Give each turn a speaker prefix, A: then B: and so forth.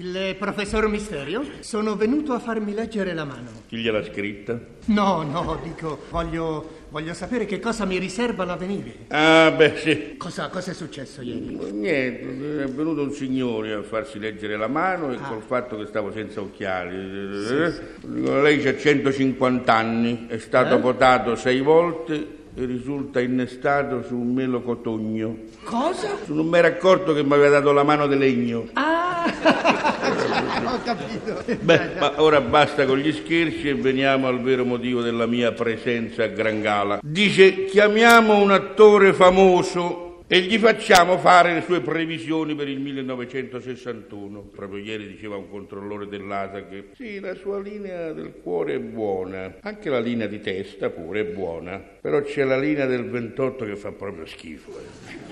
A: Il eh, professor Misterio? Sono venuto a farmi leggere la mano.
B: Chi gliel'ha scritta?
A: No, no, dico, voglio, voglio sapere che cosa mi riserva l'avvenire.
B: Ah, beh, sì.
A: Cosa, cosa è successo ieri?
B: Niente, è venuto un signore a farsi leggere la mano e col fatto che stavo senza occhiali. Dico, Lei ha 150 anni, è stato votato sei volte e risulta innestato su un melo cotogno.
A: Cosa?
B: Non mi era accorto che mi aveva dato la mano di legno.
A: Ah, ho capito.
B: Beh, ma ora basta con gli scherzi e veniamo al vero motivo della mia presenza a Gran Gala. Dice, chiamiamo un attore famoso e gli facciamo fare le sue previsioni per il 1961. Proprio ieri diceva un controllore dell'ASA che sì, la sua linea del cuore è buona, anche la linea di testa pure è buona, però c'è la linea del 28 che fa proprio schifo. eh.